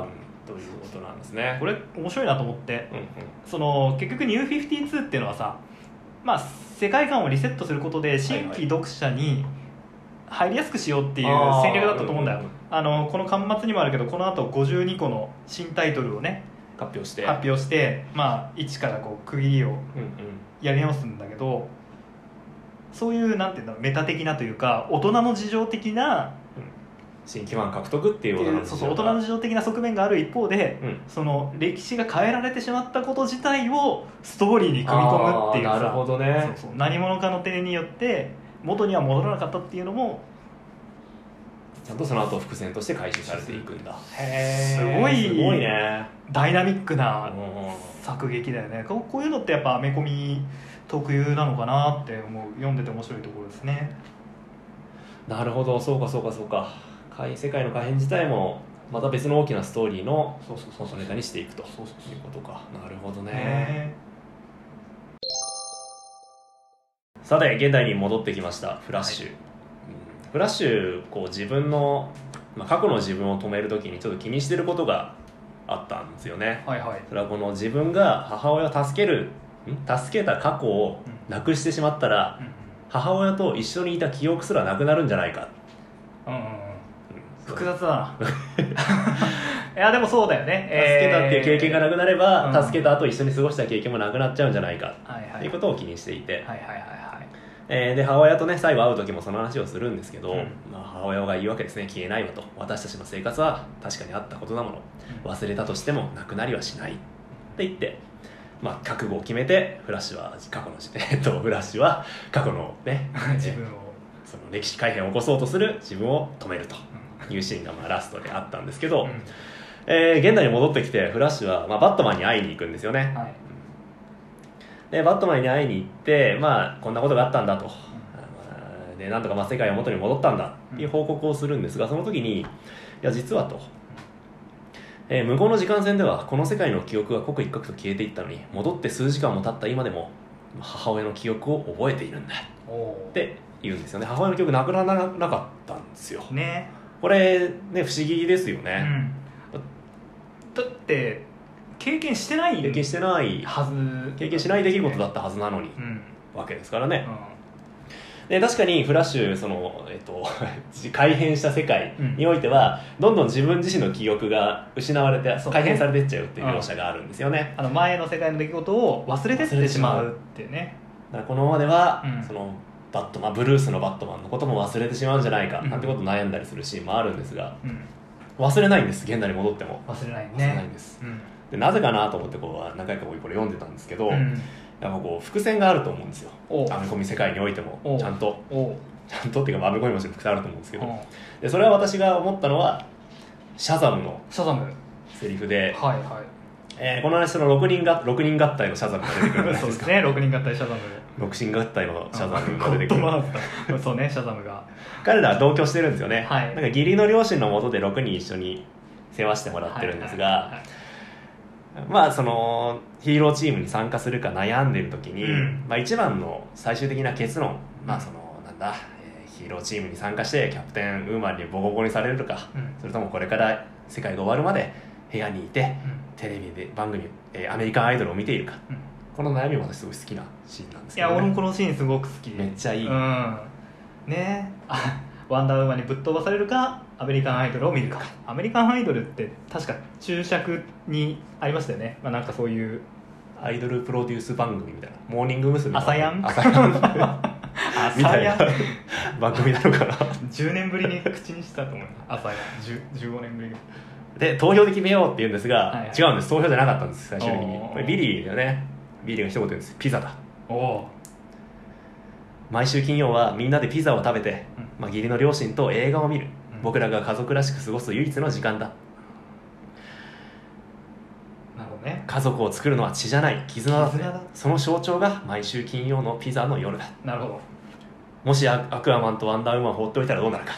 B: ということなんですね
A: これ面白いなと思って
B: うんうん
A: その結局ニュー52っていうのはさまあ世界観をリセットすることで新規読者に入りやすくしようっていう
B: あー
A: 戦略だったと思うんだよ
B: うんうん
A: あのこの巻末にもあるけどこのあと52個の新タイトルをね
B: 発表して
A: 発表してまあ一からこう区切りを
B: うんうん
A: やり直すんだけどそういうなんていうんだろうメタ的なというか大人の事情的な
B: 新規ファン獲得っていうことなんです
A: そ
B: よ
A: うそう大人の事情的な側面がある一方で
B: うん
A: その歴史が変えられてしまったこと自体をストーリーに組み込むっていう
B: あー
A: さ
B: なるほ
A: そ
B: ど
A: う
B: ね
A: そう何者かの手によって元には戻らなかったっていうのも
B: ちゃんとその後伏線として回収されていくんだ
A: す
B: へー
A: ごい
B: すごいね
A: ダイナミック
B: う
A: なん
B: うんうん
A: 作劇だよねこうこういうのってやっぱアメコミ特有なのかなって思う読んでて面白いところですね
B: なるほどそうかそうかそうか怪世界の改変自体もまた別の大きなストーリーの
A: そうそう
B: 元ネタにしていくと
A: そうそう
B: いうことかなるほどね
A: ね
B: さて現代に戻ってきましたフラッシュ、うんフラッシュこう自分の、まあ、過去の自分を止めるときにちょっと気にしてることがあったんですよね
A: はいはい
B: それはこの自分が母親を助けるん助けた過去をなくしてしまったら母親と一緒にいた記憶すらなくなるんじゃないか
A: うんうんうんうん
B: うん
A: 複雑だ ないやでもそうだよね
B: 助けたっていう経験がな
A: く
B: くなれば、
A: うん
B: 助けた後一緒に過ごした経験もなくなっちゃうんじゃないか
A: はいはい
B: ということを気にしていて、
A: はいはいはいはい
B: えーで母親とね最後会う時もその話をするんですけど、
A: うん
B: まあ、母親が言うわけですね消えないわと私たちの生活は確かにあったことなもの忘れたとしてもなくなりはしないって言って、まあ、覚悟を決めてフラッシュは過去の じ、えっと、フラッシュは過去のね
A: 自分を、
B: その歴史改変を起こそうとする自分を止めると
A: うん
B: いうシーンがまあラストであったんですけど、
A: うん
B: えー現代に戻ってきてフラッシュは、まあ、バットマンに会いに行くんですよね
A: はい
B: でバットマンに会いに行って、まあ、こんなことがあったんだと、あのでなんとかまあ世界は元に戻ったんだっていう報告をするんですがその時にいや実はと、えー向こうの時間線ではこの世界の記憶が刻一刻と消えていったのに戻って数時間も経った今でも母親の記憶を覚えているんだっ
A: おお
B: て言うんですよね母親の記憶なくならなかったんですよ
A: ね
B: これね不思議ですよ
A: う
B: ね、
A: んだって経験してない
B: 経験してない
A: はず
B: 経験しない出来事だ
A: っ
B: ったはずなのに
A: たうん、うん
B: わけですからねで確かにフラッシュその、えっと、 改変した世界においては、どんどん自分自身の記憶が失われて
A: そう
B: 改変されてっちゃうっていう描写があるんですよね、
A: あの前の世界の出来事を忘れてってしまうっていうね
B: だからこのままでは、
A: うん
B: そのバットマンブルースのバットマンのことも忘れてしまうんじゃないか
A: うん
B: なんてことを悩んだりするシーンもあるんですが
A: うん
B: 忘れないんです現代に戻っても
A: 忘れないね
B: 忘れないんです、
A: うん
B: でなぜかなと思ってこう何回かこれ読んでたんですけど、
A: う
B: やっ
A: ん
B: ぱこう伏線があると思うんですよ
A: おう
B: アメコミ世界においても
A: お
B: ちゃんと
A: おう
B: ちゃんとっていうかまあアメコミも伏線あると思うんですけ
A: う
B: ど
A: ん
B: でそれは私が思ったのはシャザムの
A: シャザムはい
B: セリフで、
A: は
B: えーこの話その6人が六人合体のシャザムが出てくるじゃない
A: い そう
B: で
A: ですす
B: か
A: ね6人合体シャザム
B: 六神合体のシャザム
A: ゴ
B: が出て
A: ッ
B: く
A: ド
B: る
A: マウスだそうねシャザムが
B: 彼らは同居してるんですよね、
A: はい
B: なんか義理の両親のもとで6人一緒に世話してもらってるんですが、
A: はいはいはい
B: まあそのヒーローチームに参加するか悩んでる時に、
A: うん
B: まあ、一番の最終的な結論まあそのなんだ、えーヒーローチームに参加してキャプテンウーマンにボコボコにされるとか
A: うん
B: それともこれから世界が終わるまで部屋にいてテレビで番組、えーアメリカンアイドルを見ているか
A: うんうん
B: この悩みも私すごい好きなシーンなんです
A: い
B: けど
A: や
B: ね、
A: 俺もこのシーンすごく好き
B: めっちゃいい、
A: うんねあワンダーウーマンにぶっ飛ばされるかアメリカンアイドルを見るかアメリカンアイドルって確か注釈にありましたよね、まあ、なんかそういう
B: アイドルプロデュース番組みたいなモーニング娘。
A: 朝やん
B: 朝やん みたいな
A: 朝や
B: 番組なの かな
A: 10年ぶりに口にしたと思う朝や 10- 15年ぶり
B: で投票で決めようって言うんですが、
A: はいはい
B: 違うんです投票じゃなかったんです最終的に
A: おー
B: これビリーだよねビリーが一言言うんですピザだ
A: おお
B: 毎週金曜はみんなでピザを食べて、
A: うん
B: まあ、義理の両親と映画を見る、
A: うん
B: 僕らが家族らしく過ごす唯一の時間だ
A: なるほどね
B: 家族を作るのは血じゃない絆だ,、
A: 絆だ
B: その象徴が毎週金曜のピザの夜だ
A: なるほど
B: もしアアクアマンとワンダーウーマンを放っておいたらどうなるか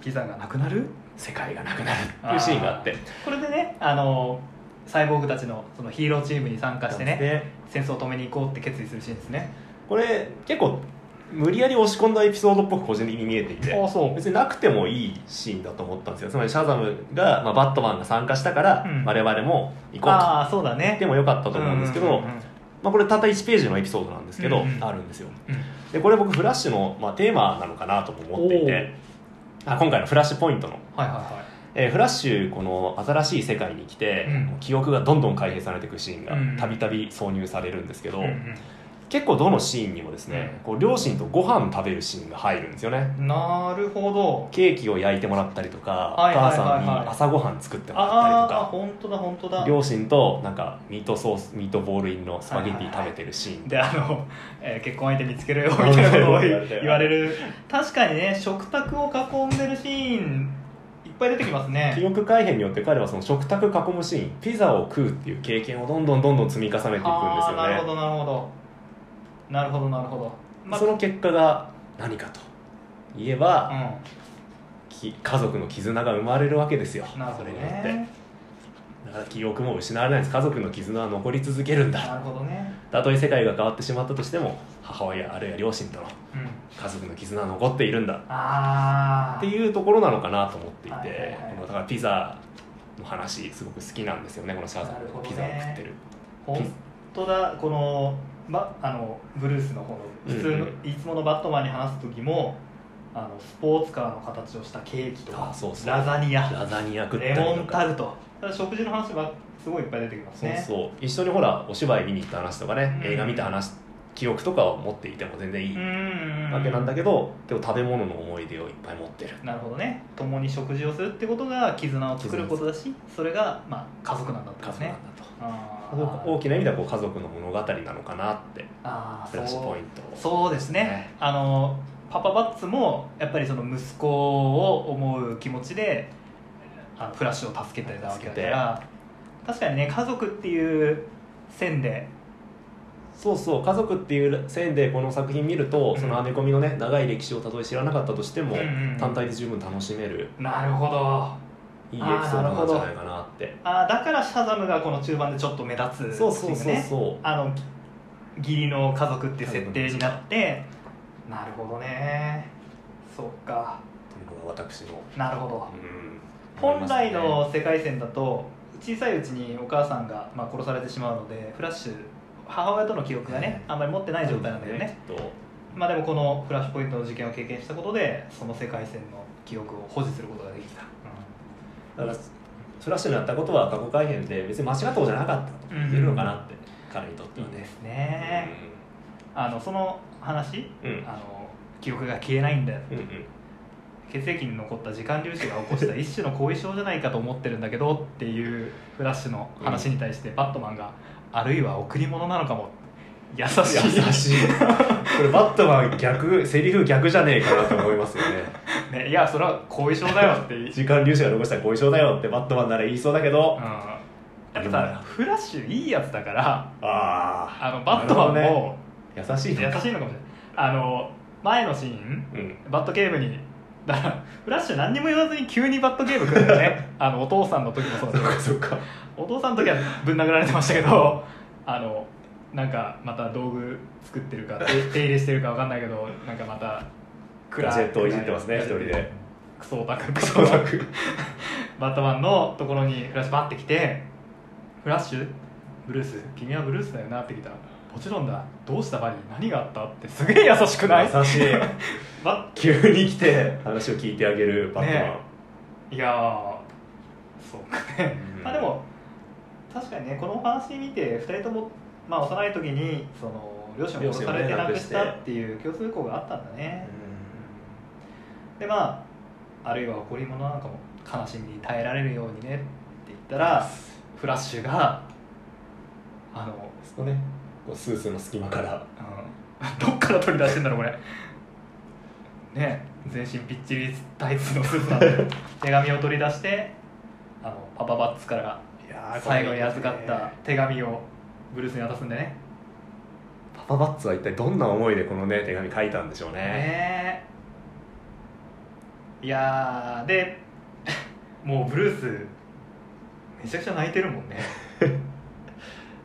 A: ピザがなくなる
B: 世界がなくなるっていうシーンがあって
A: これでねあのサイボーグたちのそのヒーローチームに参加してね
B: で
A: 戦争を止めに行こうって決意するシーンですね
B: これ結構無理やり押し込んだエピソードっぽく個人的に見えていて
A: ああそう
B: 別になくてもいいシーンだと思ったんですよつまりシャザムが、まあ、バットマンが参加したから、
A: うん
B: 我々も行こうと
A: ああそうだね
B: でもよかったと思うんですけど、
A: うんうん
B: まあ、これたった1ページのエピソードなんですけど、
A: うんうん
B: あるんですよ
A: うんうん
B: でこれ僕フラッシュの、まあ、テーマなのかなとも思っていてあ今回のフラッシュポイントの、
A: はいはいはい
B: えーフラッシュこの新しい世界に来て、
A: うん
B: 記憶がどんどん開閉されていくシーンが
A: うん
B: たびたび挿入されるんですけど、
A: うんうん
B: 結構どのシーンにもですね、こう両親とご飯食べるシーンが入るんですよね
A: なるほど
B: ケーキを焼いてもらったりとか、
A: はいはいはいはい
B: お母さんに朝ごはん作ってもら
A: ああ
B: ったり
A: 本当だ本当
B: と
A: だ
B: か両親となんかミートソースミートボールインのスパゲッティ食べてるシーン、
A: であの、えー結婚相手見つけろよみたいなことを言う言われる確かにね食卓を囲んでるシーンいっぱい出てきます
B: 記
A: ね
B: 憶改変によって彼はその食卓囲むシーンピザを食うっていう経験をどんどんどんどん積み重ねていくんです
A: ああーなるほ
B: よね
A: どなるほどなるほどなるほどまあ
B: その結果が何かといえば、
A: う
B: き家族の絆が生まれるわけですよ
A: んなるほ
B: そ
A: ど
B: れによって
A: ね
B: だから記憶も失われないです家族の絆は残り続けるんだ
A: なるほどね
B: たとえ世界が変わってしまったとしても母親あるいは両親との
A: うん
B: 家族の絆は残っているんだ
A: ああ
B: っていうところなのかなと思っていて、
A: はいはいはい
B: このだからピザの話すごく好きなんですよねこのシャーザ
A: なる
B: ー
A: ほ
B: の
A: どね
B: ピザを食ってる
A: 本当だこの,、ま、あのブルースの方の普通の、
B: うん
A: いつものバットマンに話す時もあのスポーツカーの形をしたケーキとか
B: あそうそう
A: ラザニア
B: ラザニア食ったり
A: レ
B: とか
A: モンタルトただ食事の話はすごいいっぱい出てきます
B: そう
A: ねう
B: そう一緒にほらお芝居見に行った話とかね、
A: うん
B: 映画見た話記憶とかを持っていても全然いい
A: ん
B: わけなんだけど、でも食べ物の思い出をいっぱい持ってる
A: なるほどね共に食事をするってことが絆を作ることだしそれが、まあ、家族なんだったんで
B: 家
A: す
B: 族な
A: ね
B: んだと、
A: あー
B: 大きな意味ではこう家族の物語なのかなって
A: あー
B: フラッシュポイント
A: そうですね
B: ね
A: あのパパバッツもやっぱりその息子を思う気持ちであのフラッシュを助けてたわけだから確かにね家族っていう線で
B: そうそう家族っていう線でこの作品見ると、
A: うん
B: そのアメコミのね長い歴史をたとえ知らなかったとしても、
A: うんうんうん
B: 単体で十分楽しめる
A: なるほど
B: いいエピソードなんじゃないかなって
A: あーだからシャザムがこの中盤でちょっと目立つ
B: そうそう
A: シーンが
B: そう
A: ね
B: そ
A: あの義理の家族っていう設定になってなるほどねそっか
B: うというのが私の、
A: なるほど
B: うん
A: 本来の世界線だと小さいうちにお母さんがまあ殺されてしまうのでフラッシュ母親との記憶がねあんまり持ってない状態なんだよね、
B: きっと
A: まあでもこのフラッシュポイントの事件を経験したことでその世界線の記憶を保持することができた、
B: だからフラッシュになったことは過去改変で別に間違ったことじゃなかったと言えるのかなって、彼にとっては
A: で
B: ね、
A: すね、あのその話
B: うん、うん
A: あの記憶が消えないんだよ
B: うんうん
A: 血液に残った時間粒子が起こした一種の後遺症じゃないかと思ってるんだけどっていうフラッシュの話に対してバットマンがあるいは贈り物なのかも優しい
B: 優しいこれバットマン逆セリフ逆じゃねえかなと思いますよね
A: ね、いやそれは後遺症だよって、 うん、
B: 時間粒子が残したら後遺症だよってバットマンなら言いそうだけど、あ
A: やっぱさフラッシュいいやつだから
B: あ
A: あのバットマン
B: なるほ
A: も
B: 優し
A: 優
B: い
A: しい
B: ね
A: のかもしれないあの前のシーン
B: うん
A: バットゲームにだからフラッシュ何にも言わずに急にバットゲーム来るんだよねあのお父さんの時もそうだ
B: そ
A: けど
B: っかそっか
A: お父さんの時はぶん殴られてましたけど あのなんかまた道具作ってるか手 手入れしてるかわかんないけどなんかまた
B: ガジェットをいじってますね一人で
A: クソオタククソオタク バットマンのところにフラッシュバッて来て「フラッシュブルース君はブルースだよな」って来たら「もちろんだどうしたバリー何があった?」ってすげえ優しくない
B: 優しい
A: バ
B: 急に来て話を聞いてあげるバットマン、
A: ねいやーそうかね、
B: うん
A: まあでも確かにねこのお話見て2人とも、まあ、幼い時にその両親を殺されて
B: 両親をね
A: 亡くした
B: 亡くし
A: ってていう共通項があったんだね、でまああるいは贈り物なんかも悲しみに耐えられるようにねって言ったらフラッシュがあの、
B: そこねこうスースーの隙間から
A: うん、 どっから取り出してんだろうこれね全身ぴっちりタイツのスーツなんで手紙を取り出してあのパパバッツから
B: いやー
A: 最後に預かった手紙をブルースに渡すんでね
B: パパバッツは一体どんな思いでこのね手紙書いたんでしょうね
A: ねえいやーで もうブルースめちゃくちゃ泣いてるもんね、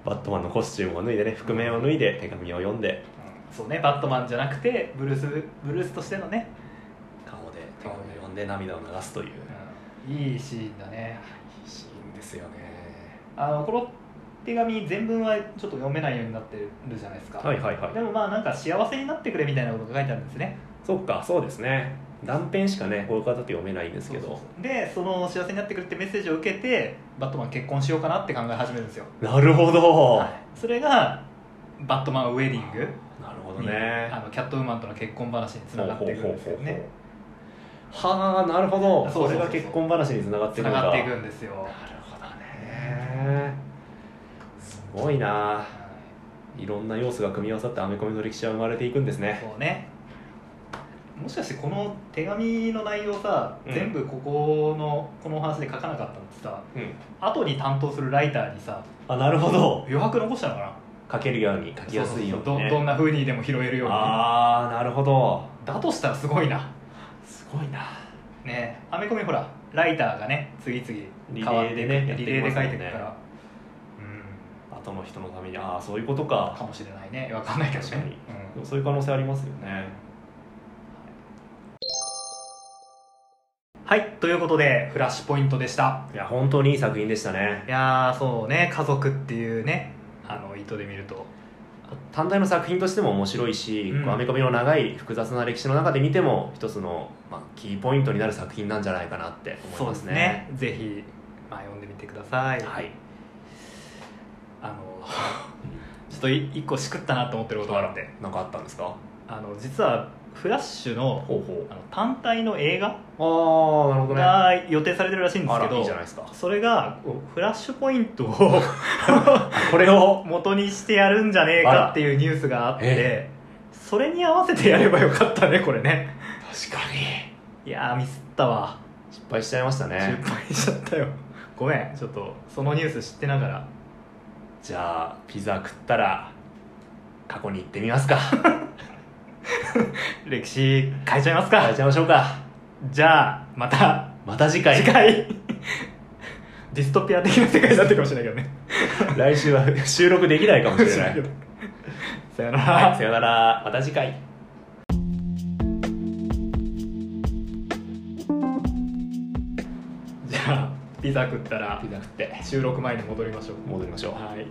B: バットマンのコスチュームを脱いでね覆面を脱いで手紙を読んで
A: そうねバットマンじゃなくてブルースブルースとしてのね、
B: 顔で手紙を読んで涙を流すという
A: いいシーンだね
B: シーンですよね
A: あのこの手紙全文はちょっと読めないようになってるじゃないですか、
B: はいはいはい
A: でもまあなんか幸せになってくれみたいなことが書いてあるんですね
B: そっかそうですね断片しかねこういう方って読めないんですけど
A: そうそうそうでその幸せになってくれってメッセージを受けてバットマン結婚しようかなって考え始めるんですよ
B: なるほど、
A: はいそれがバットマンウェディング
B: なるほど
A: に、
B: ね
A: あのキャットウーマンとの結婚話につながっていくんですよね
B: ほうほうほうほうはあなるほ
A: そ
B: ど
A: うそうそう
B: それが結婚話につながって
A: つ
B: いく
A: な
B: の
A: が
B: か
A: っていくんですよ
B: なるほどねすごいなぁいろんな要素が組み合わさってアメコミの歴史は生まれていくんですね
A: そうねもしかしてこの手紙の内容さ、
B: うん
A: 全部ここのこのお話で書かなかったのってさ
B: うん
A: 後に担当するライターにさ
B: あなるほど
A: 余白残したのか
B: 書けるように書
A: な
B: きやすいよう
A: そうそう
B: に、ね、
A: どどんなふうにでも拾えるように
B: ああなるほど
A: だとしたらすごいな
B: すごいな
A: ねアメコミほらライターがね次々変わって
B: リレーでねやって
A: リ
B: いき
A: レー
B: ま
A: です書
B: もん
A: い
B: ね
A: ていくから、うん
B: 後の人のためにああそういうことか
A: かもしれないねわかんないけどね
B: 確かに
A: うん
B: そういう可能性ありますよね
A: はいということでフラッシュポイントでした
B: いや本当にいい作品でしたね
A: いやーそうね家族っていうねあの意図で見ると
B: 単体の作品としても面白いし、
A: うん
B: こうアメコミの長い複雑な歴史の中で見ても一つの、まあ、キーポイントになる作品なんじゃないかなって思いますね
A: そうですねぜひ、まあ、読んでみてください、
B: はい
A: あの ちょっとい一個しくったなと思ってることがあるんで
B: なんかあったんですか
A: あの実はフラッシュの
B: ほうほう
A: あの単体の映画
B: ああなるほどねあ
A: が予定されてるらしいんですけ
B: ら
A: ど、
B: いいじゃないですか
A: それがこうフラッシュポイント を
B: これを
A: 元にしてやるんじゃねえかっていうニュースがあっ
B: あら
A: てそれに合わせてやればよかったねこれね
B: 確かに
A: いやーミスったわ
B: 失敗しちゃいました
A: 失
B: ね
A: 敗しちゃったよごめんちょっとそのニュース知ってながら
B: じゃあピザ食ったら過去に行ってみますか
A: 歴史変えちゃいますか、
B: やっちゃいましょうか
A: じゃあまた
B: また次回
A: 次回ディストピア的な世界になってるかもしれないけどね
B: 来週は収録できないかもしれない
A: さよなら、
B: はいさよならまた次回
A: じゃあピザ食ったら
B: ピザ食って
A: 収録前に戻りましょう
B: 戻りましょう
A: はい